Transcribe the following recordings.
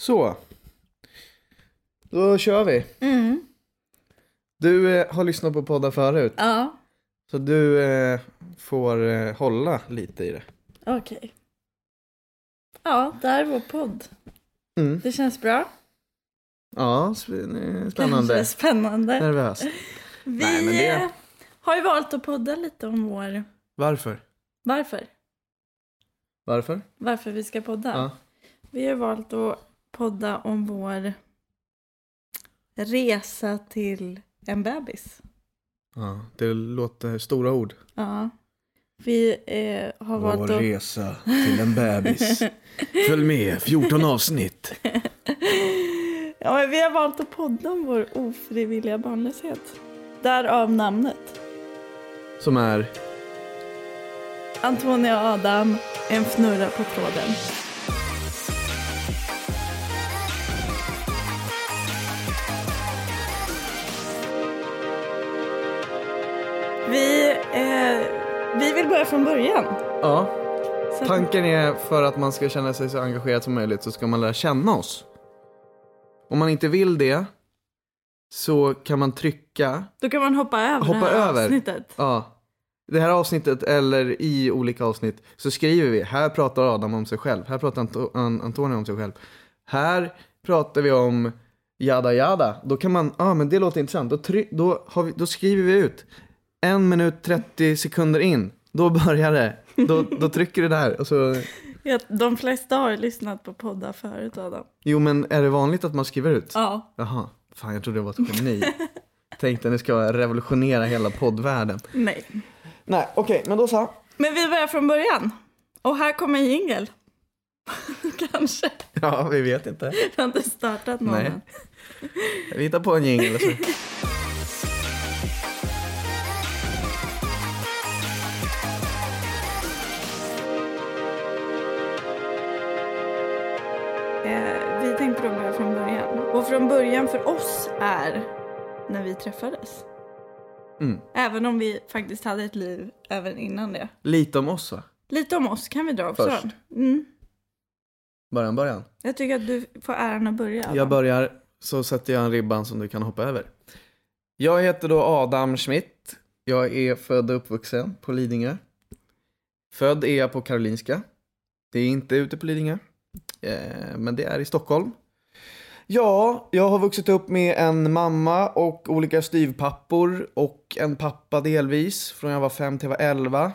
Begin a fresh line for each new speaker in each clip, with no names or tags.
Så. Då kör vi.
Mm.
Du eh, har lyssnat på poddar förut.
Ja,
Så du eh, får eh, hålla lite i det.
okej. Ja, det här är vår podd.
Mm.
Det känns bra.
Ja, sp- eh,
Det
spännande.
känns spännande.
Nervöst.
Vi
Nej, men det-
eh, har ju valt att podda lite om vår...
Varför?
Varför?
Varför?
Varför vi ska podda.
Ja.
Vi har valt att podda om vår resa till en bebis.
ja. Det låter stora ord.
Ja. Vi eh, har valt att...
resa till en bebis. Följ med, 14 avsnitt.
Ja, men vi har valt att podda om vår ofrivilliga barnlöshet. Därav namnet.
Som är...
Antonia och Adam, en fnurra på tråden. Vi, eh, vi vill börja från början.
Ja,
Så att-
Tanken är för att man ska känna sig så engagerad som möjligt så ska man lära känna oss. Om man inte vill det så kan man trycka,
Då kan man hoppa över
Hoppa
det här
över.
avsnittet.
ja, det här avsnittet eller i olika avsnitt så skriver vi, här pratar Adam om sig själv, här pratar Anto- An- Antonija om sig själv, här pratar vi om jada jada. Då kan man, ja ah, men det låter intressant, då, try- då, har vi, då skriver vi ut en minut 30 sekunder in, då börjar det, då, då trycker det där och så
Ja, de flesta har ju lyssnat på poddar förut, Adam.
Jo men är det vanligt att man skriver ut?
Ja.
Jaha, fan jag trodde det var ett geni. Tänkte nu ska jag revolutionera hela poddvärlden.
Nej.
Nej okej, men då så.
Men vi börjar från början. Och här kommer en jingel. Kanske.
Ja, vi vet inte.
Vi har inte startat någon
Nej.
än.
Vi hittar på en jingel och så.
Eh, vi tänkte då börja från början. Och från början för oss är när vi träffades.
Mm.
Även om vi faktiskt hade ett liv även innan det.
Lite om oss va?
Lite om oss kan vi dra också.
Först.
Mm.
Början, början.
Jag tycker att du får äran att börja. Adam.
Jag börjar, så sätter jag en ribban som du kan hoppa över. Jag heter då Adam Schmidt. Jag är född och uppvuxen på Lidingö. Född är jag på Karolinska. Det är inte ute på Lidingö, eh, men det är i Stockholm. Ja, jag har vuxit upp med en mamma och olika styvpappor och en pappa delvis, från jag var fem till jag var elva.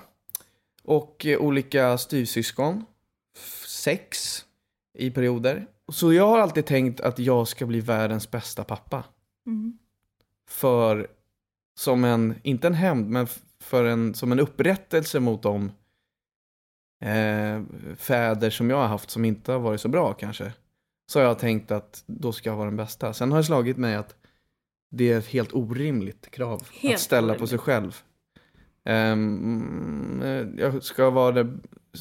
Och eh, olika styvsyskon, F- sex i perioder. Så jag har alltid tänkt att jag ska bli världens bästa pappa.
Mm.
För, som en, inte en hämnd, men f- för en, som en upprättelse mot de eh, fäder som jag har haft som inte har varit så bra kanske. Så har jag tänkt att då ska jag vara den bästa. Sen har det slagit mig att det är ett helt orimligt krav
Helt
att ställa på
orimligt.
sig själv. Ehm, eh, jag ska vara det,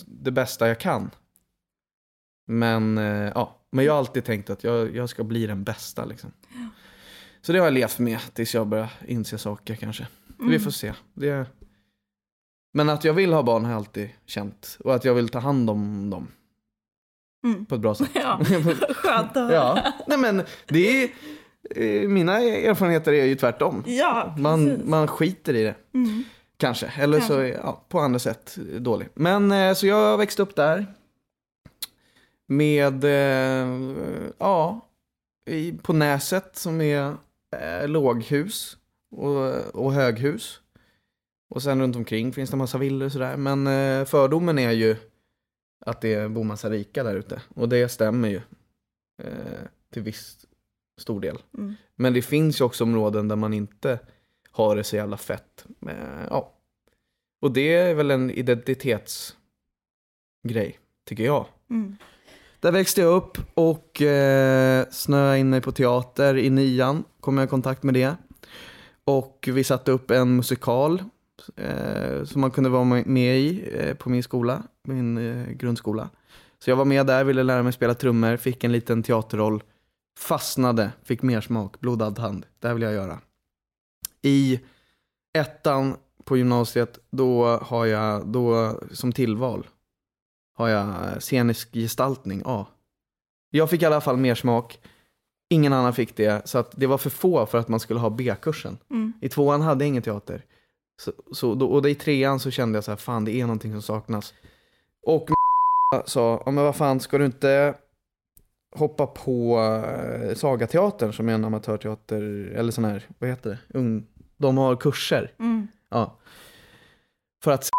det bästa jag kan. Men, eh, ja. Men jag har alltid tänkt att jag, jag ska bli den bästa liksom. Så det har jag levt med tills jag börjar inse saker kanske. Vi
Mm.
får se. Det... Men att jag vill ha barn har jag alltid känt. Och att jag vill ta hand om dem
Mm.
på ett bra sätt.
Ja, skönt att höra.
ja. Nej men det är... eh, Mina erfarenheter är ju tvärtom.
Ja, precis.
Man, man skiter i det.
Mm.
Kanske. Eller så
Kanske.
ja, på andra sätt eh, dålig. Men eh, så jag växte upp där. Med, eh, ja, i, på Näset som är eh, låghus och, och höghus. Och sen runt omkring finns det en massa villor och sådär. Men eh, fördomen är ju att det bor massa rika där ute. Och det stämmer ju. Eh, till viss stor del.
Mm.
Men det finns ju också områden där man inte har det så jävla fett. Eh, ja. Och det är väl en identitetsgrej, tycker jag.
Mm.
Där växte jag upp och eh, snöade in mig på teater i nian. Kom jag i kontakt med det. Och vi satte upp en musikal eh, som man kunde vara med i eh, på min skola, min eh, grundskola. Så jag var med där, ville lära mig spela trummor, fick en liten teaterroll, fastnade, fick mer smak, blodad hand. Det här vill jag göra. I ettan på gymnasiet, då har jag, eh, då som tillval, har jag scenisk gestaltning, A. Jag fick i alla fall mer smak. Ingen annan fick det, så att det var för få för att man skulle ha B-kursen.
Mm.
I tvåan hade jag ingen teater. Så, så, då, och då i trean så kände jag så här, fan det är någonting som saknas. Och sa, ja men vad fan ska du inte hoppa på eh, Sagateatern som är en amatörteater, eller sån här, vad heter det, Ung, de har kurser.
Mm.
Ja. För att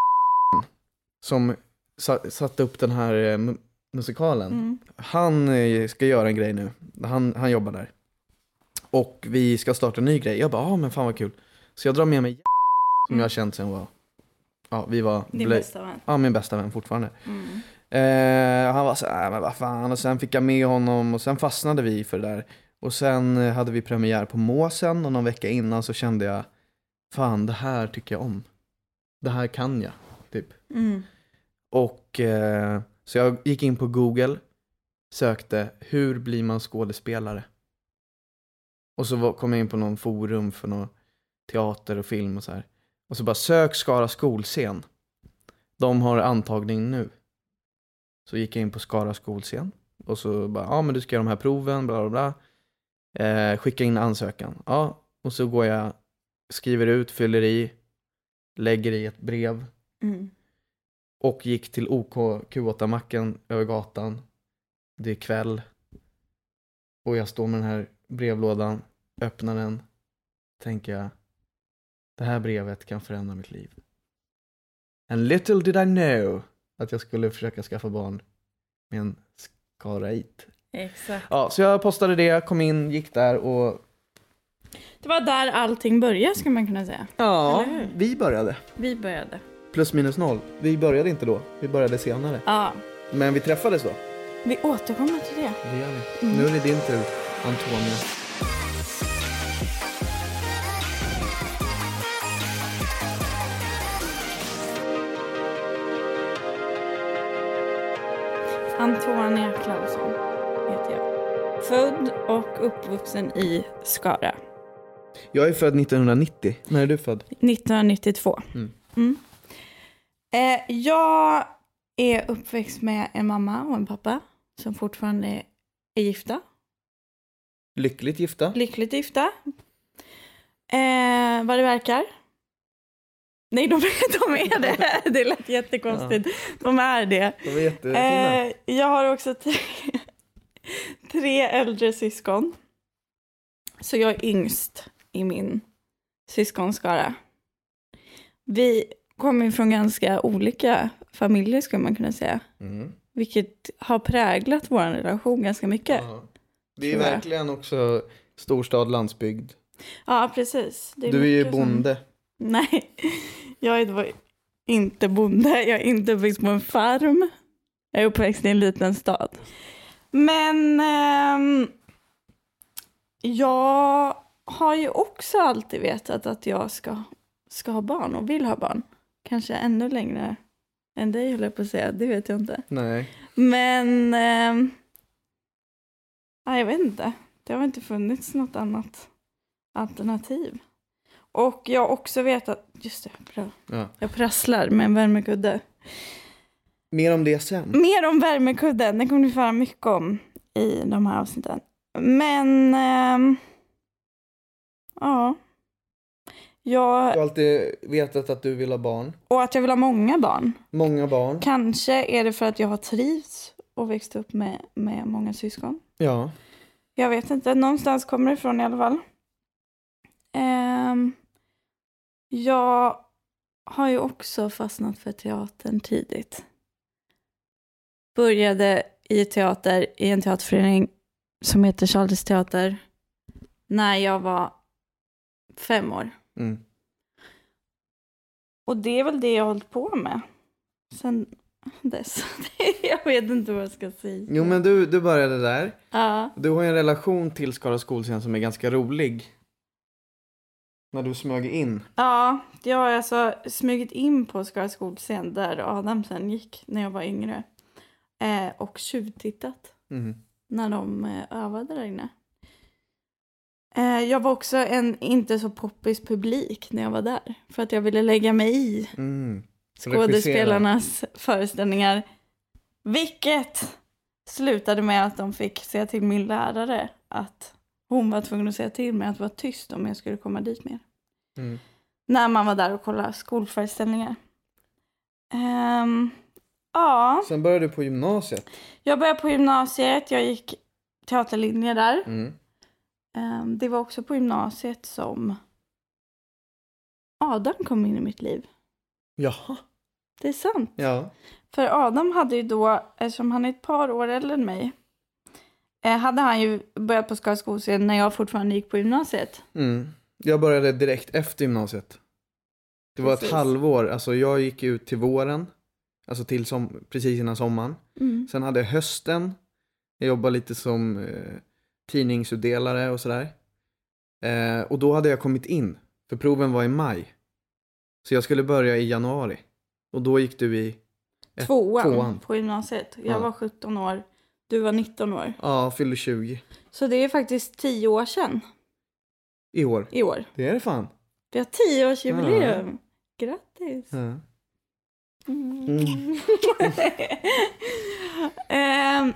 som sa- satte upp den här eh, mu- musikalen,
Mm.
han eh, ska göra en grej nu. Han, han jobbar där. Och vi ska starta en ny grej. Jag bara, ja ah, men fan vad kul. Så jag drar med mig som jag har känt sen var, ja vi var,
Mm. Din
blöj-
bästa vän.
ja min bästa vän fortfarande.
Mm.
Eh, han var så här, "Äh, men vad fan. Och sen fick jag med honom och sen fastnade vi för det där. Och sen eh, hade vi premiär på Måsen och någon vecka innan så kände jag, fan det här tycker jag om. Det här kan jag. Typ.
Mm.
Och eh, så jag gick in på Google, sökte hur blir man skådespelare? Och så var, kom jag in på någon forum för någon teater och film och så här. Och så bara sök Skara skolscen. De har antagning nu. Så gick jag in på Skara skolscen och så bara, ja men du ska göra de här proven, bla bla bla. Eh, skicka in ansökan. Ja, och så går jag, skriver ut, fyller i, lägger i ett brev
Mm.
och gick till OK Q8-macken över gatan. Det är kväll. Och jag står med den här brevlådan, öppnar den. Tänker jag, det här brevet kan förändra mitt liv. And little did I know att jag skulle försöka skaffa barn med en skarait.
Exakt.
Ja, så jag postade det, kom in, gick där och...
Det var där allting började skulle man kunna säga.
Ja,
Eller hur?
vi började.
Vi började.
Plus minus noll. Vi började inte då, vi började senare.
Ja,
Men vi träffades då.
vi återkommer till det.
Det gör vi. Nu är det din tur, Antonio.
Antonia Claesson heter jag. Född och uppvuxen i Skara.
Jag är född 1990. När är du född?
1992.
Mm.
Mm. Eh, jag är uppväxt med en mamma och en pappa som fortfarande är gifta.
Lyckligt gifta.
Lyckligt gifta. Eh, vad det verkar. Nej, de, de är det. Det lät jättekonstigt. De är det.
De är jättefina.
Eh, jag har också tre, tre äldre syskon. Så jag är yngst i min syskonskara. Vi kommer ju från ganska olika familjer skulle man kunna säga.
Mm.
Vilket har präglat vår relation ganska mycket. Ja,
Ja. Det är
Tror jag.
verkligen också storstad, landsbygd.
precis. Det
du är ju
mycket som-
bonde.
Nej, jag är då inte bonde. Jag är inte uppväxt på en farm. Jag är uppväxt i en liten stad. Men ehm, jag har ju också alltid vetat att jag ska, ska ha barn och vill ha barn. Kanske ännu längre än dig höll jag på att säga, det vet jag inte.
Nej.
Men ehm, nej, jag vet inte. Det har inte funnits något annat alternativ. Och jag har också vetat, just det, bra.
Ja.
jag prasslar med en värmekudde.
Mer om det sen.
Mer om värmekudden, den kommer ni få höra mycket om i de här avsnitten. Men, ehm, ja.
Du
Jag,
har alltid vetat att du vill ha barn.
och att jag vill ha många barn.
Många barn.
Kanske är det för att jag har trivts och växt upp med, med många syskon.
Ja.
Jag vet inte, någonstans kommer det ifrån i alla fall. Ehm, jag har ju också fastnat för teatern tidigt. Började i teater, i en teaterförening som heter Charles teater, när jag var fem år.
Mm.
Och det är väl det jag har hållit på med sen dess. jag vet inte vad jag ska säga.
Jo men du, du började där.
Ja.
Du har ju en relation till Skara skolscen som är ganska rolig. När du smög in.
Ja, jag har alltså smugit in på Skara skolscen där Adam sen gick när jag var yngre. Eh, och tjuvtittat
Mm.
när de eh, övade där inne. Eh, jag var också en inte så poppis publik när jag var där. För att jag ville lägga mig i
Mm. Regissera.
skådespelarnas föreställningar. Vilket slutade med att de fick säga till min lärare att hon var tvungen att säga till mig att vara tyst om jag skulle komma dit mer.
Mm.
När man var där och kollade skolföreställningar. Ehm, ja,
Sen började du på gymnasiet.
jag började på gymnasiet. Jag gick teaterlinje där.
Mm.
Ehm, det var också på gymnasiet som Adam kom in i mitt liv.
Jaha.
Det är sant.
Ja.
För Adam hade ju då, eftersom han är ett par år äldre än mig, eh, hade han ju börjat på Skara skolscen när jag fortfarande gick på gymnasiet.
Mm. Jag började direkt efter gymnasiet. Det var ett
Precis.
halvår. Alltså jag gick ut till våren. Alltså till som, precis innan sommaren.
Mm.
Sen hade jag hösten. Jag jobbade lite som eh, tidningsutdelare och sådär. Eh, och då hade jag kommit in. För proven var i maj. Så jag skulle börja i januari. Och då gick du i... Ett-
Tvåan,
Eh, tvåan.
på gymnasiet. Jag
Ja.
var 17 år, du var 19 år.
Ja, fyllde 20.
Så det är faktiskt 10 år sedan
I år.
i år.
Det är det fan.
Vi har 10-årsjubileum. Grattis!
Ja.
Mm. Ehm,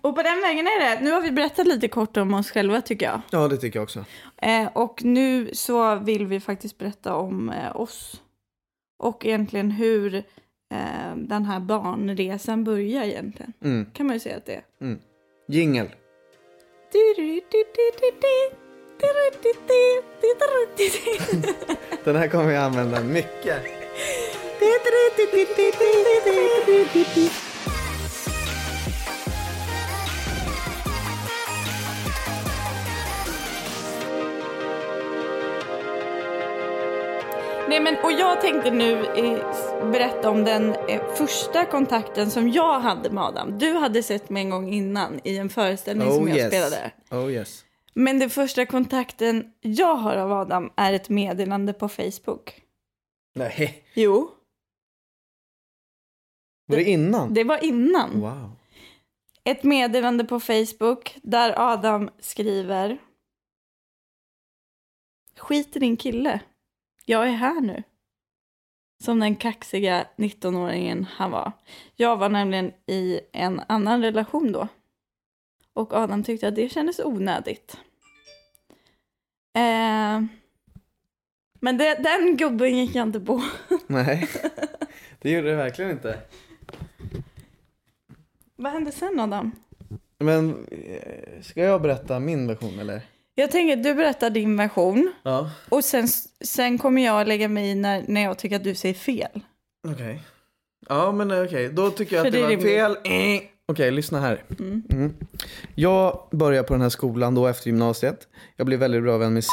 och på den vägen är det. Nu har vi berättat lite kort om oss själva tycker jag.
ja, det tycker jag också.
Eh, och nu så vill vi faktiskt berätta om eh, oss. Och egentligen hur eh, den här barnresan börjar egentligen.
Mm.
Kan man ju säga att det är.
Jingel. Den här kommer jag använda mycket.
Nej men och jag tänkte nu eh, s- berätta om den eh, första kontakten som jag hade med Adam. Du hade sett mig en gång innan i en föreställning som jag spelade.
Oh yes.
Men den första kontakten jag har av Adam är ett meddelande på Facebook.
Nej.
Jo,
Var det innan?
det var innan.
Wow.
Ett meddelande på Facebook där Adam skriver Skit i din kille. Jag är här nu. Som den kaxiga 19-åringen han var. Jag var nämligen i en annan relation då. Och Adam tyckte att det kändes onödigt. Eh, men det, den gubben gick jag inte på.
Nej. Det gjorde det verkligen inte.
Vad hände sen Adam?
Men eh, ska jag berätta min version eller?
Jag tänker att du berättar din version.
Ja.
Och sen, sen kommer jag lägga mig i när, när jag tycker att du säger fel.
Okej. Ja men eh, okej, då tycker jag
För
att det,
det
var
är
fel. Eh. Okej, lyssna här. Mm. Jag börjar på den här skolan då efter gymnasiet. Jag blir väldigt bra vän med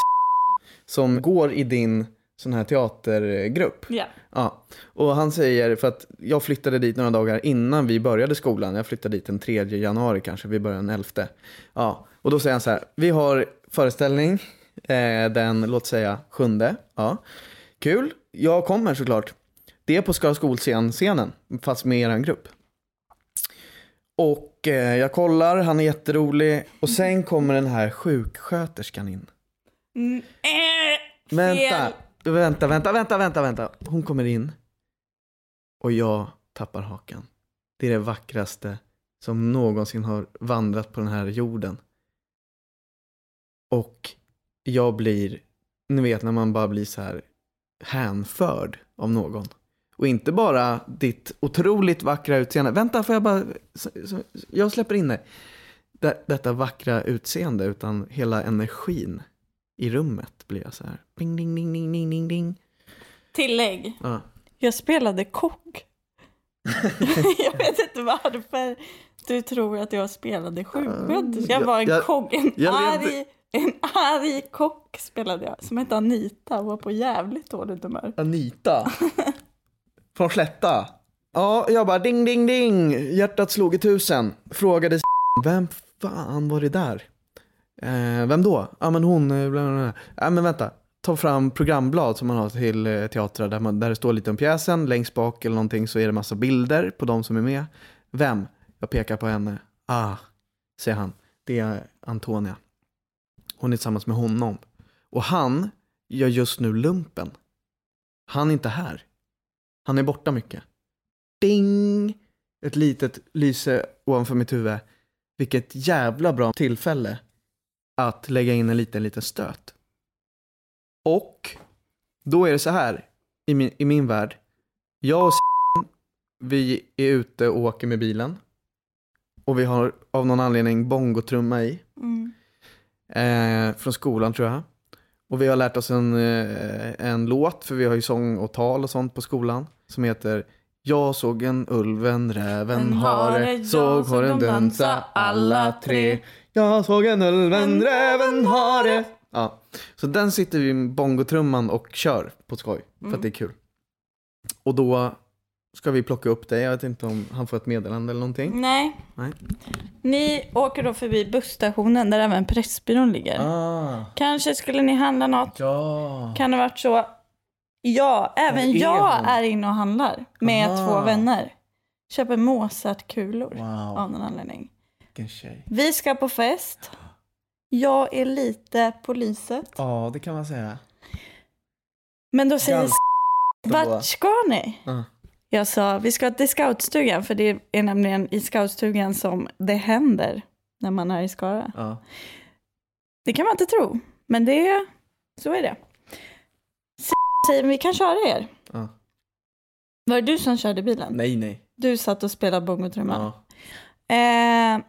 som går i din sån här teatergrupp.
Ja.
Ja, och han säger, för att jag flyttade dit några dagar innan vi började skolan. Jag flyttade dit den 3 januari kanske, vi började den 11. Ja, och då säger han så här, vi har föreställning eh, den, låt säga, 7. Ja. Kul, jag kommer såklart. Det är på Skara skolscen-scenen, fast med eran grupp. Och eh, jag kollar, han är jätterolig. Och sen kommer den här sjuksköterskan in.
Mm, eh,
Vänta,
fel.
vänta, vänta, vänta, vänta, vänta. Hon kommer in och jag tappar hakan. Det är det vackraste som någonsin har vandrat på den här jorden. Och jag blir, ni vet när man bara blir så här hänförd av någon. Och inte bara ditt otroligt vackra utseende. Vänta, får jag bara, så, så, jag släpper in dig. Det, detta vackra utseende utan hela energin i rummet blir jag så här. Ding, ding, ding, ding, ding, ding, ding.
Tillägg.
Ja.
Jag spelade kock. jag vet inte varför du tror att jag spelade sjuksköterska. Jag var en
Jag-
kock. En
jag
arg,
levde-
en arg kock spelade jag. Som hette Anita och var på jävligt dåligt humör.
Anita. Från Slätta. Ja, jag bara ding, ding, ding. Hjärtat slog i tusen. Frågade vem fan var det där? Eh, vem då? Ja, men hon. eh, Bla, bla, bla. Ja, men vänta. Ta fram programblad som man har till eh, teatrar där, man, där det står lite om pjäsen. Längst bak eller någonting så är det massa bilder på de som är med. Vem? Jag pekar på henne. Ah, säger han. Det är Antonia. Hon är tillsammans med honom. Och han gör just nu lumpen. Han är inte här. Han är borta mycket. Ding! Ett litet lyse ovanför mitt huvud. Vilket jävla bra tillfälle att lägga in en liten, liten stöt. Och då är det så här i min, i min värld. Jag och vi är ute och åker med bilen. Och vi har av någon anledning bongotrumma i.
Mm.
Eh, från skolan tror jag. Och vi har lärt oss en, eh, en låt, för vi har ju sång och tal och sånt på skolan. Som heter Jag såg en ulv, en räv, en hare. Såg håren dansa alla tre. Jag såg en ulv, en räv, en hare. Ja. Så den sitter vi med bongotrumman och kör på skoj. För att det är kul. Och då ska vi plocka upp dig. Jag vet inte om han får ett meddelande eller någonting.
Nej.
Nej.
Ni åker då förbi busstationen där även Pressbyrån ligger.
Ah,
Kanske skulle ni handla något.
ja.
Kan det varit så? Ja, även
är
jag
hon?
är inne och handlar med
Aha.
två vänner. Köper Mozartkulor
Wow,
av någon anledning.
vilken tjej.
Vi ska på fest. Jag är lite på lyset.
Ja, det kan man säga.
Men då säger
Gall-
s-
då.
vart ska ni?
Ja.
Jag sa, vi ska till scoutstugan för det är nämligen i scoutstugan som det händer när man är i Skara.
Ja.
Det kan man inte tro, men det, så är det. S- säger, vi kan köra er.
Ja.
Var det du som körde bilen?
Nej, nej.
Du satt och spelade bongotrumman.
Ja.
Eh,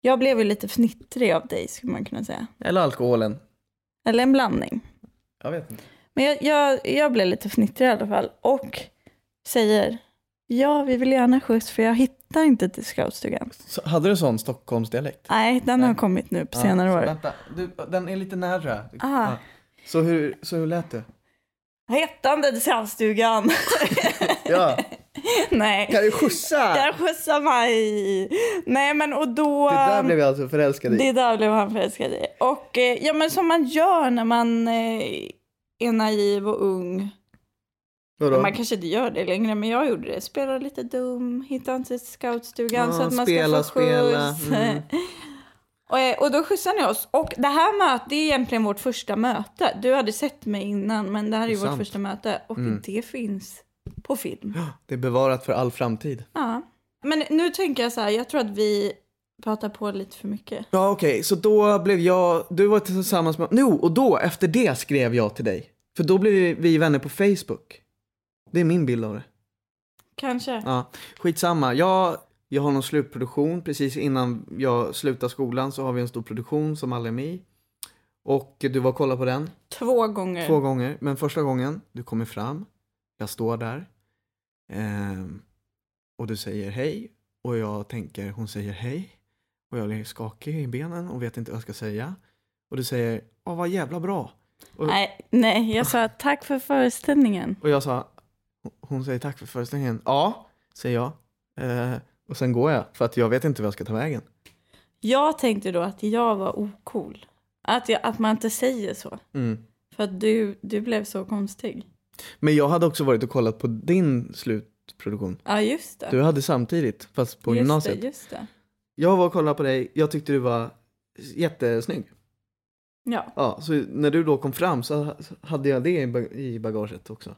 jag blev ju lite fnittrig av dig skulle man kunna säga.
Eller alkoholen.
Eller en blandning.
Jag vet inte.
Men jag, jag, jag blev lite fnittrig i alla fall och säger ja, vi vill gärna skjuts för jag hittar inte till scoutstugan.
Så, hade du sån Stockholmsdialekt?
Nej, den
Nej.
har kommit nu på
Ja,
senare
så
år.
Vänta, du, den är lite nära.
Ah.
Ja. Så, hur, så hur lät det?
Hettande till scoutstugan.
Ja,
Nej,
kan du skjutsa?
där skjutsar mig. Nej, men och då... ehm,
Det där blev jag alltså förälskad i.
Det där blev han förälskad i. Och eh, ja, men som man gör när man eh, är naiv och ung.
Vadå?
Man kanske inte gör det längre, men jag gjorde det. Spelade lite dum, hittade inte till scoutstugan
Ja,
så att man
spela,
ska få skjuts.
spela. Mm.
och, eh, och då skjutsade ni oss. Och det här mötet, det är egentligen vårt första möte. Du hade sett mig innan, men det här är
Det
ju
är
vårt
sant. Mm.
första möte. Och det finns på film.
Det är bevarat för all framtid.
Ja. Men nu tänker jag så här, jag tror att vi pratar på lite för mycket.
Ja, okej, så då blev jag, du var tillsammans med, nu och då, efter det skrev jag till dig. För då blev vi- vi vänner på Facebook. Det är min bild av det.
Kanske.
Ja, skitsamma. Jag, jag har någon slutproduktion. Precis innan jag slutar skolan så har vi en stor produktion som alla är med i. Och du var och kollade på den
Två gånger.
två gånger. Men första gången, du kommer fram. Jag står där. Ehm, och du säger hej. Och jag tänker, hon säger hej. Och jag är skakig i benen och vet inte vad jag ska säga. Och du säger, åh vad jävla bra. Och,
Nej, nej, jag sa tack för föreställningen.
och jag sa, hon säger tack för föreställningen. Ja, säger jag. Eh, och sen går jag, för att jag vet inte vad jag ska ta vägen.
Jag tänkte då att jag var ocool. Att, jag, att man inte säger så.
Mm.
För att du, du blev så konstig.
Men jag hade också varit och kollat på din slutproduktion.
Ja, just det.
Du hade samtidigt, fast på
just
gymnasiet.
Det, just det.
Jag var och kollade på dig, jag tyckte du var jättesnygg.
Ja.
Ja, så när du då kom fram så ha- så hade jag det i ba- i bagaget också.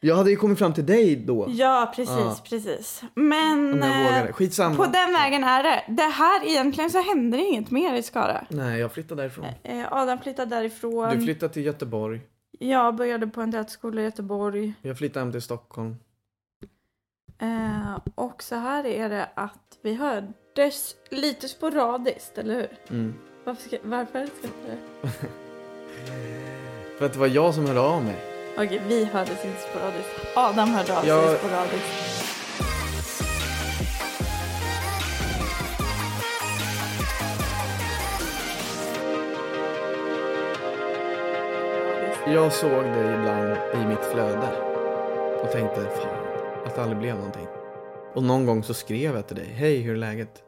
Jag hade ju kommit fram till dig då,
ja, precis,
Ja.
precis. Men
om jag
eh,
vågade. Skitsamma.
på den vägen är det. Det här egentligen så händer inget mer i Skara.
Nej, jag flyttade därifrån.
Eh, Adam flyttade därifrån.
Du flyttade till Göteborg.
jag började på en dödsskola i Göteborg.
Jag flyttade hem till Stockholm.
Eh, och så här är det att vi hördes lite sporadiskt, eller hur?
Mm.
Varför, ska, varför skrattar du?
För att det var jag som hörde av mig.
Okej, vi hördes inte sporadiskt. Adam hörde av sig
Jag-
sporadiskt.
Jag såg dig ibland i mitt flöde och tänkte fan, att det aldrig blev någonting. Och någon gång så skrev jag till dig, hej hur är läget?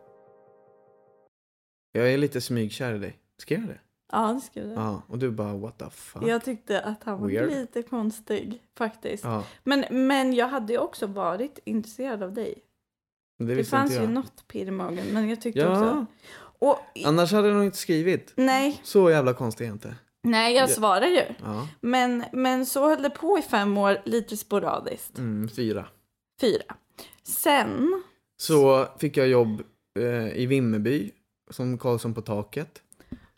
Jag är lite smygkär i dig. Skrev jag det?
Ja, det skrev jag.
Ja, och du bara what the fuck.
Jag tyckte att han var
Weird.
lite konstig faktiskt.
Ja,
Men, men jag hade ju också varit intresserad av dig.
men det
Det,
visste
fanns
inte
ju
jag.
något pirr i magen, men jag tyckte också...
ja,
Och,
annars hade jag nog inte skrivit.
nej,
Så jävla konstig är jag inte.
nej, jag svarar ju.
Ja,
Men, men så höll det på i fem år, lite sporadiskt.
mm, fyra.
Fyra. Sen
så fick jag jobb eh, i Vimmerby som Karlsson på taket.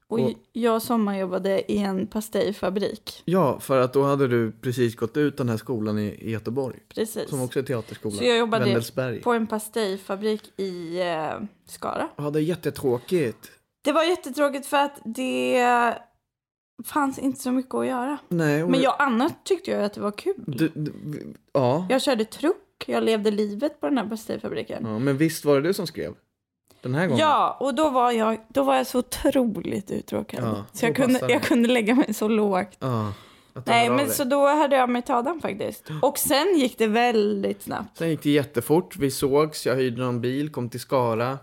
Och
Och-
jag sommarjobbade i en pastejfabrik.
Ja, för att då hade du precis gått ut den här skolan i, i Göteborg.
Precis.
Som också är teaterskola.
Så jag jobbade
Wendelsberg.
På en pastejfabrik i eh, Skara.
Ja, det är jättetråkigt.
Det var jättetråkigt för att det fanns inte så mycket att göra.
Nej, och-
Men jag, annars tyckte jag att det var kul.
Du, du, ja.
Jag körde truck, jag levde livet på den här pastejfabriken.
ja, men visst var det du som skrev? Den här gången?
Ja, och då var jag, då var jag så otroligt uttråkad.
Ja,
så jag
då
kunde,
passar
jag
det.
kunde lägga mig så lågt.
Ja, att du
Nej,
hörde av
men
dig.
så då hörde jag mig till Adam faktiskt. Och sen gick det väldigt snabbt.
Sen gick det jättefort. Vi sågs, jag hyrde någon bil, kom till Skara.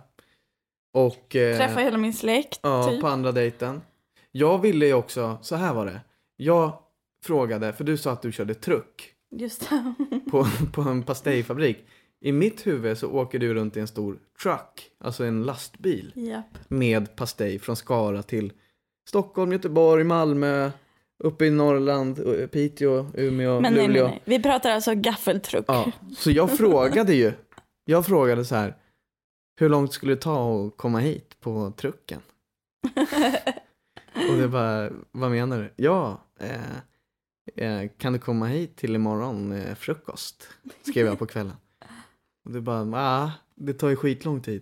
Och... eh,
Träffade hela min släkt,
Ja,
typ.
på andra dejten. Jag ville ju också, så här var det. Jag frågade, för du sa att du körde truck
Just det.
på, på en pastejfabrik. I mitt huvud så åker du runt i en stor truck, alltså en lastbil
Japp.
med pastej från Skara till Stockholm, Göteborg, Malmö, uppe i Norrland, eh, Piteå, Umeå,
Men nej,
Luleå.
nej, nej. Vi pratar alltså gaffeltruck.
Ja, så jag frågade ju. Jag frågade så här, hur långt skulle det ta att komma hit på trucken? Och det bara, vad menar du? Ja, eh, eh, kan du komma hit till imorgon eh, frukost? Skrev jag på kvällen. Och det bara, ah, det tar ju skitlång tid.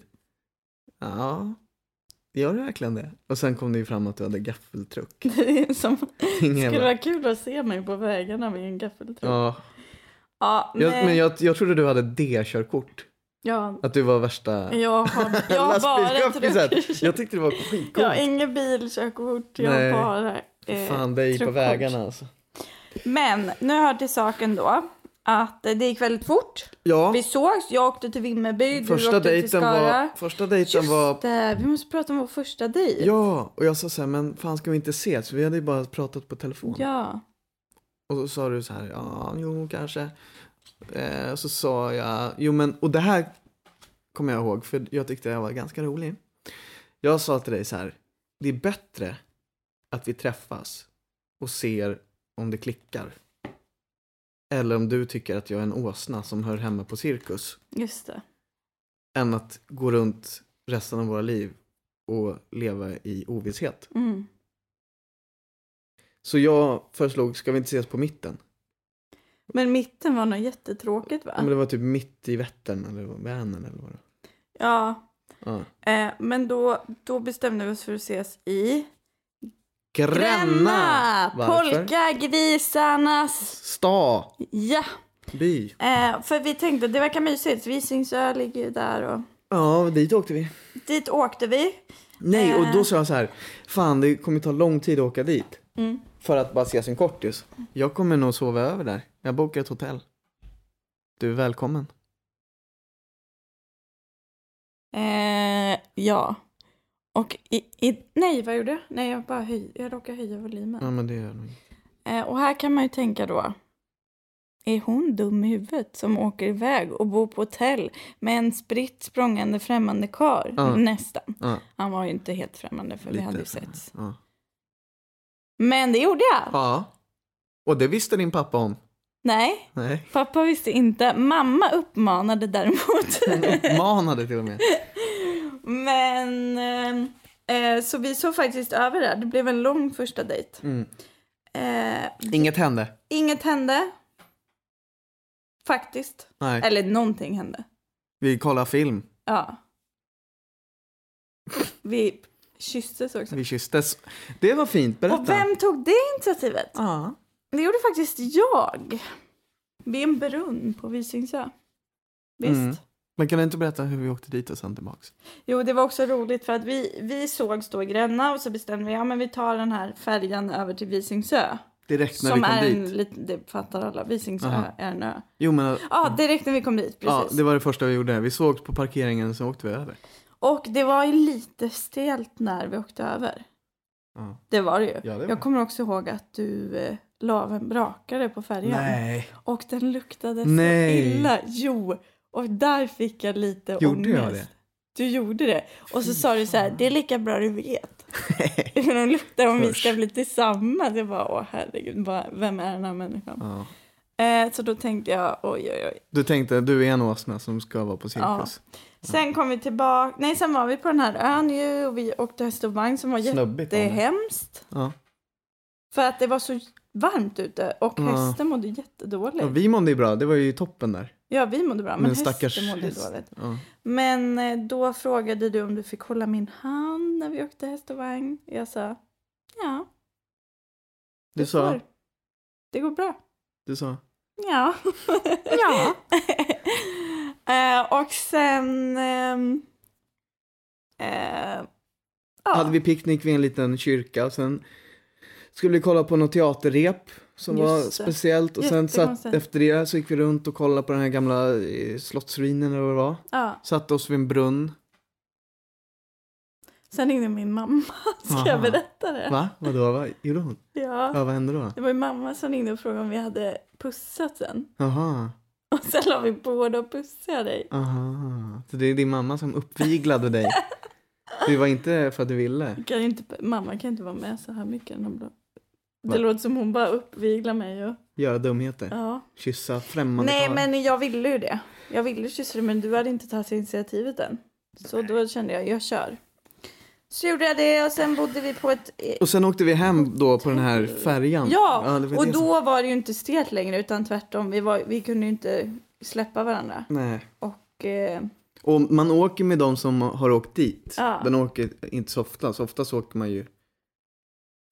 Ja, gör det verkligen det? Och sen kom det ju fram att du hade gaffeltruck.
Det är som,
Ingen
skulle
jävla-
vara kul att se mig på vägarna med en gaffeltruck. Ja,
Ja, jag,
nej.
men jag, jag trodde du hade D-körkort.
ja,
Att du var värsta...
jag har, jag har bara
Lastbilschaffisen.
truck.
Jag tyckte det var skitcoolt.
Jag har ingen bilkörkort, jag
Nej.
har bara... eh,
Fan dig på
truckkort.
vägarna alltså.
Men nu hör till saken då att eh, det gick väldigt fort.
Ja,
Vi sågs, jag åkte till Vimmerby, du
första
åkte till
dejten
Skara.
var... Första dejten
Just
var...
det, vi måste prata om vår första dejt.
Ja, och jag sa så här, men fan ska vi inte ses? Vi hade ju bara pratat på telefon.
Ja.
Och så sa du så här, ja, jo, kanske. Eh, och så sa jag, jo men, och det här kommer jag ihåg, för jag tyckte jag var ganska rolig. Jag sa till dig så här, det är bättre att vi träffas och ser om det klickar. Eller om du tycker att jag är en åsna som hör hemma på cirkus.
just det.
Än att gå runt resten av våra liv och leva i ovisshet.
Mm.
Så jag föreslog, ska vi inte ses på mitten?
Men mitten var nog jättetråkigt va?
Men det var typ mitt i Vättern eller Vänern eller vad det
Ja.
var. Ja.
Eh, men då, då bestämde vi oss för att ses i
Gränna! Varför?
Polkagrisarnas!
Sta,
Ja!
by.
Eh, för vi tänkte det verkar mysigt. Visingsö ligger ju där och
Ja, dit åkte vi.
dit åkte vi.
Nej, och
Eh.
då sa jag så här. Fan, det kommer ta lång tid att åka dit.
Mm.
För att bara ses en kortis. Jag kommer nog sova över där. Jag bokar ett hotell. Du är välkommen.
Eh, ja. Och i, i, nej, vad gjorde jag? Nej, jag bara höj, jag råkade höja volymen.
Ja, men det gör jag nog inte.
Eh, och här kan man ju tänka då. Är hon dum i huvudet som åker iväg och bor på hotell med en spritt språngande främmande karl?
Ja.
Nästan.
Ja.
Han var ju inte helt främmande för vi
Lite
hade ju
främmande.
sett.
Ja.
Men det gjorde jag.
ja. Och det visste din pappa om.
Nej,
Nej.
pappa visste inte. Mamma uppmanade däremot.
Manade till och med.
Men eh, eh, så vi såg faktiskt över det. här. Det blev en lång första dejt.
Mm.
Eh,
Inget hände.
inget hände. Faktiskt.
Nej.
Eller någonting hände.
Vi kollar film.
Ja. Vi kysstes också.
Vi kysstes. Det var fint. Berätta.
Och vem tog det initiativet?
Ja.
Det gjorde faktiskt jag. Vid en brunn på Visingsö. Visst?
Mm. Men kan du inte berätta hur vi åkte dit och sen tillbaks?
Jo, det var också roligt för att vi, vi sågs då i Gränna och så bestämde vi att ja, men vi tar den här färjan över till Visingsö.
Direkt när vi kom
som är
dit.
en liten, det fattar alla, Visingsö
Aha.
är en ö.
Jo men
Ja, direkt när vi kom dit,
ja,
precis.
det var det första vi gjorde. Vi sågs på parkeringen så åkte vi över.
Och det var ju lite stelt när vi åkte över.
Ja.
Det var det ju.
Ja, det var
Jag
det.
kommer också ihåg att du eh, la av en brakare på färjan.
Nej.
Och den luktade
Nej.
så illa. Jo, och där fick jag lite
Gjorde
ångest.
jag det?
Du gjorde det. Och så sa du så här, det är lika bra du vet. För de luktar om vi
Usch.
ska bli tillsammans. Jag bara, åh herregud, bara, vem är den här människan?
Ja.
Eh, så då tänkte jag, oj oj oj.
Du tänkte du är en åsna som ska vara på cirkus.
Sen kom vi tillbaka, nej sen var vi på den här ön ju och vi åkte häst och vagn som var
Snubbigt var det.
jättehemskt.
Ja.
För att det var så varmt ute och
Ja.
hästen mådde jättedåligt.
Ja, vi mådde ju bra, det var ju toppen där.
Ja vi mådde bra men,
Men stackars
hästen mådde
häst.
dåligt.
Ja.
Men eh, då frågade du om du fick hålla min hand när vi åkte häst och vagn. Jag sa, ja
Du, sa,
får. Det går bra.
du sa,
Ja. ja. eh, och sen... ehm, eh, ja.
hade vi picknick vid en liten kyrka och sen skulle vi kolla på något teaterrep som
Just
var
det.
speciellt och sen satt,
Jättekonstigt.
efter det så gick vi runt och kollade på den här gamla eh, slottsruinen eller vad det var.
ja.
Satte oss vid en brunn.
Sen ringde min mamma. Ska
Aha.
jag berätta det?
Va? Vadå? Vad gjorde hon?
Ja.
Ja, vad hände då?
Det var ju mamma som ringde och frågade om vi hade pussat sen.
Jaha,
Och sen la vi båda och pussade dig.
aha. Så det är din mamma som uppviglade dig. Det var inte för att du ville.
Kan ju inte, mamma kan inte vara med så här mycket. när hon blir-
Va?
Det låter som hon bara uppviglar mig. Och,
Göra dumheter.
ja.
Kyssa främmande
Nej
karlar.
men jag ville ju det. Jag ville kyssa dig men du hade inte tagit initiativet än. Så då kände jag, jag kör. Så gjorde jag det och sen bodde vi på ett...
Och sen åkte vi hem då på den här färjan.
Ja,
det var
och
det som-
då var det ju inte stelt längre utan tvärtom. Vi, var, vi kunde ju inte släppa varandra.
Nej.
Och, eh,
Och man åker med de som har åkt dit.
Ja.
Den åker inte så ofta. Så oftast åker man ju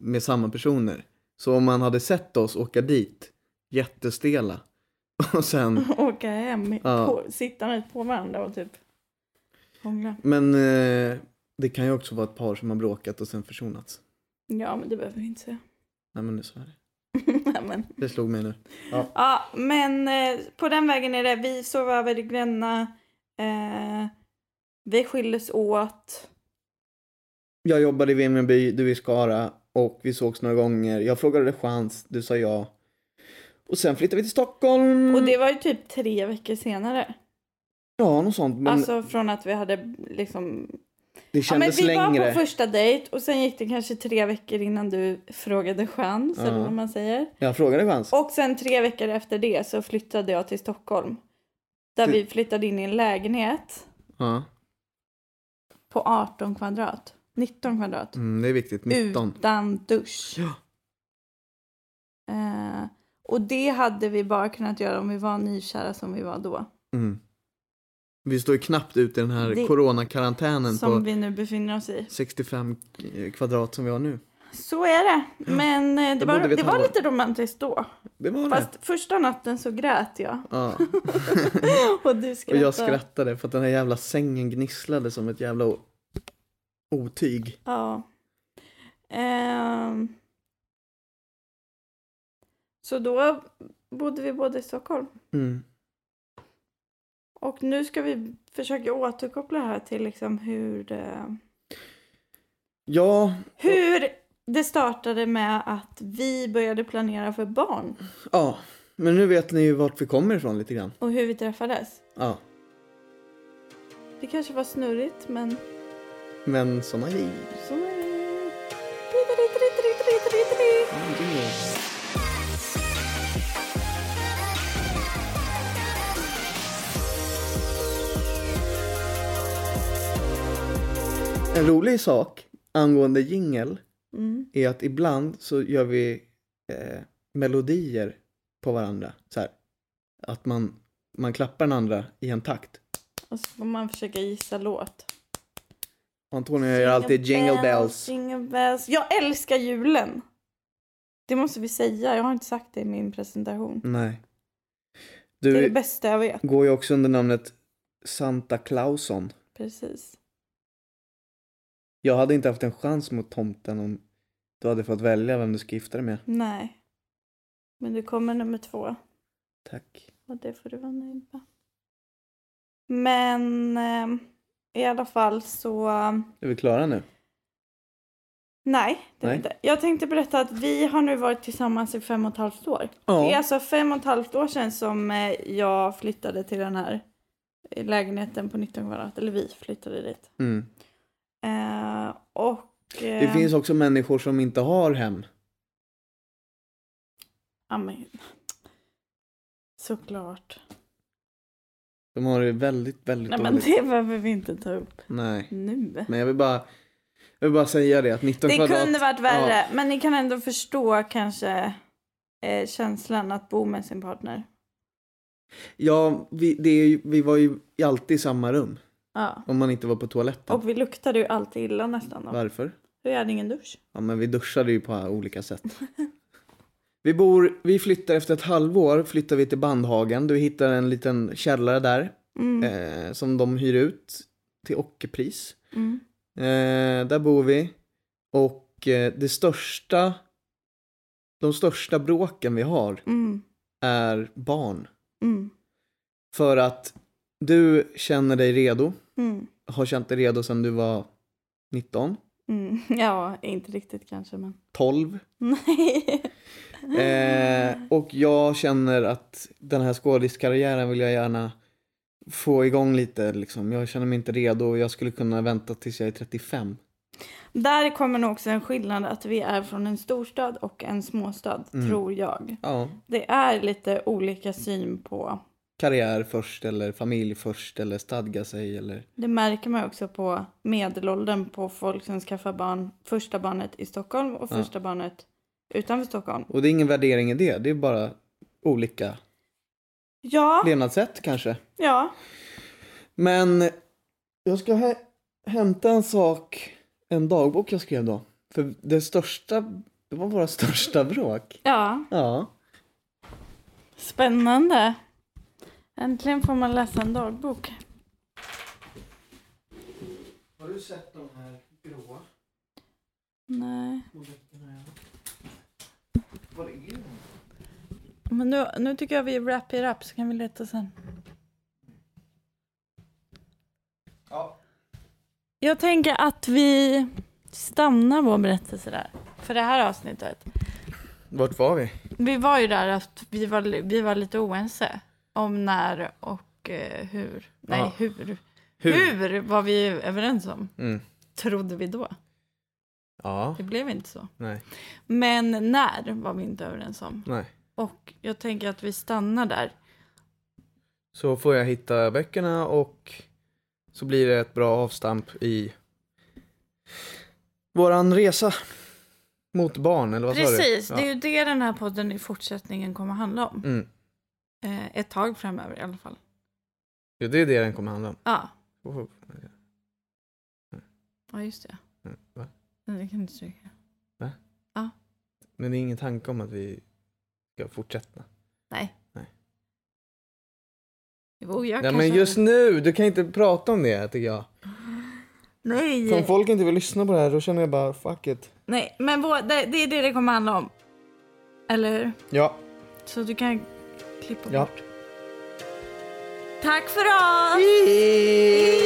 med samma personer. Så om man hade sett oss åka dit, jättestela. Och sen,
åka hem,
Ja.
på, sittandes på varandra och typ hångla.
men eh, det kan ju också vara ett par som har bråkat och sen försonats.
Ja, men det behöver vi inte säga.
Nej men nu så är det.
Nej, men.
Det slog mig nu.
Ja, men eh, på den vägen är det. Vi sov över i Gränna. Eh, vi skildes åt.
Jag jobbade i Vimmerby, du i Skara och vi sågs några gånger. Jag frågade dig chans, du sa ja. Och sen flyttade vi till Stockholm.
Och det var ju typ tre veckor senare.
Ja, något sånt. Men
Alltså från att vi hade liksom...
det
Ja, men
kändes
vi var
längre.
på första dejt och sen gick det kanske tre veckor innan du frågade chans eller
Ja.
vad man säger.
Jag frågade chans.
Och sen tre veckor efter det så flyttade jag till Stockholm. Där
Du-
vi flyttade in i en lägenhet
Ja.
på 18 kvadrat. 19 kvadrat.
Mm, det är viktigt. 19.
Utan dusch.
Ja.
Eh, och det hade vi bara kunnat göra om vi var nykära som vi var då.
Mm. Vi står ju knappt ut i den här
Det-
coronakarantänen
Som
på
vi nu befinner oss i.
65 kvadrat som vi har nu. Så
Så är det. Men eh, det
Jag
var,
borde veta
det var
vad-
lite romantiskt då.
Det var det.
Fast första natten så grät jag.
Ja.
Och du
Mm. Och
skrattade.
jag skrattade för att den här jävla sängen gnisslade som ett jävla o- otyg.
Ja. Ehm. Så då bodde vi båda i Stockholm.
Mm.
Och nu ska vi försöka återkoppla det här till liksom hur det...
Ja,
Hur det startade med att vi började planera för barn
ja. Men nu vet ni ju vart vi kommer ifrån lite grann.
och hur vi träffades.
Ja.
Det kanske var snurrigt men
Men såna är vi.
så är det. Tri-tri-tri-tri-tri-tri-tri.
En rolig sak angående jingel
Mm.
är att ibland så gör vi eh, melodier på varandra. Så här. Att man, man klappar den andra i en takt.
Och så får man försöka gissa låt.
Och Antonija Eh, gör alltid jingle bells.
Jingle bells. Jag älskar julen! Det måste vi säga. Jag har inte sagt det i min presentation.
Nej.
Det är det
Du
bästa jag vet.
går ju också under namnet Santa Clausson.
Precis.
Jag hade inte haft en chans mot tomten om du hade fått välja vem du ska gifta dig med.
Nej. Men det kommer nummer två.
Tack.
Och det får du vara nöjd med. Men ehm, i alla fall så...
Är vi klara nu?
Nej, det är
Nej.
inte. Jag tänkte berätta att vi har nu varit tillsammans i fem och ett halvt år. Det är
Ja.
alltså fem och ett halvt år sedan som eh, jag flyttade till den här lägenheten på 19 kvadrat. Eller vi flyttade dit.
Mm.
Eh, och... Eh,
Det finns också människor som inte har hem.
ja, men, Såklart.
De har det väldigt, väldigt
Nej men
dåligt.
det behöver vi inte ta upp
Nej.
nu.
Men jag vill bara, jag vill bara säga det att 19
Det
kvadrat.
kunde varit värre, men ni kan ändå förstå kanske eh, känslan att bo med sin partner.
Ja, vi, det är, ju- vi var ju alltid i samma rum.
Ja.
Om man inte var på toaletten.
Och vi luktade ju alltid illa nästan. då.
Varför?
Vi hade ingen dusch.
Ja, men vi duschade ju på olika sätt. Vi, bor, vi flyttar efter ett halvår flyttar vi till Bandhagen. Du hittar en liten källare där
Mm.
eh, som de hyr ut till ockerpris.
Mm.
Eh, där bor vi. Och eh, det största, de största bråken vi har
Mm.
är barn.
Mm.
För att du känner dig redo,
Mm.
har känt dig redo sedan du var 19,
Mm. Ja, inte riktigt kanske men.
12.
Nej.
Eh, och jag känner att den här skådiskarriären vill jag gärna få igång lite. Liksom. Jag känner mig inte redo och jag skulle kunna vänta tills jag är 35.
Där kommer nog också en skillnad att vi är från en storstad och en småstad,
Mm.
tror jag.
Ja,
Det är lite olika syn på,
karriär först eller familj först eller stadga sig eller...
det märker man också på medelåldern på folk som skaffar barn, första barnet i Stockholm och
Ja.
första barnet utanför Stockholm.
Och det är ingen värdering i det, det är bara olika
Ja,
levnadssätt kanske.
ja.
Men jag ska hä- hämta en sak, en dagbok jag skrev då. För det största, det var våra största bråk.
Ja,
Ja.
spännande. Äntligen får man läsa en dagbok.
Har du sett de här gråa
Nej,
modellerna? Var är de?
men nu, nu tycker jag vi wrap it up så kan vi leta sen.
Ja.
Jag tänker att vi stannar vår berättelse där. För det här avsnittet.
Vart var vi?
Vi var ju där att vi var, vi var lite oense. Om när och eh, hur. Nej,
Ja.
hur. hur. var vi ju överens om.
Mm.
Trodde vi då.
Ja.
Det blev inte så.
Nej.
Men när var vi inte överens om.
Nej.
Och jag tänker att vi stannar där.
Så får jag hitta böckerna och så blir det ett bra avstamp i våran resa mot barn, eller vad sa du?
Precis,
Ja.
det är ju det den här podden i fortsättningen kommer handla om.
Mm.
Eh, ett tag framöver i alla fall.
Jo, det är det den kommer handla om.
Ja,
Oh,
ja just det.
Mm, va?
Nej, Det kan du inte stryka.
Men det är ingen tanke om att vi ska fortsätta.
Nej.
Nej.
Jo, jag
Nej,
kanske...
men just nu, du kan inte prata om det tycker jag. Om
Nej.
folk inte vill lyssna på det här då känner jag bara fuck it.
Nej, men vår, det, det är det det kommer handla om. Eller hur?
Ja,
Så du kan klippa
ja.
bort. Tack för oss! Hej!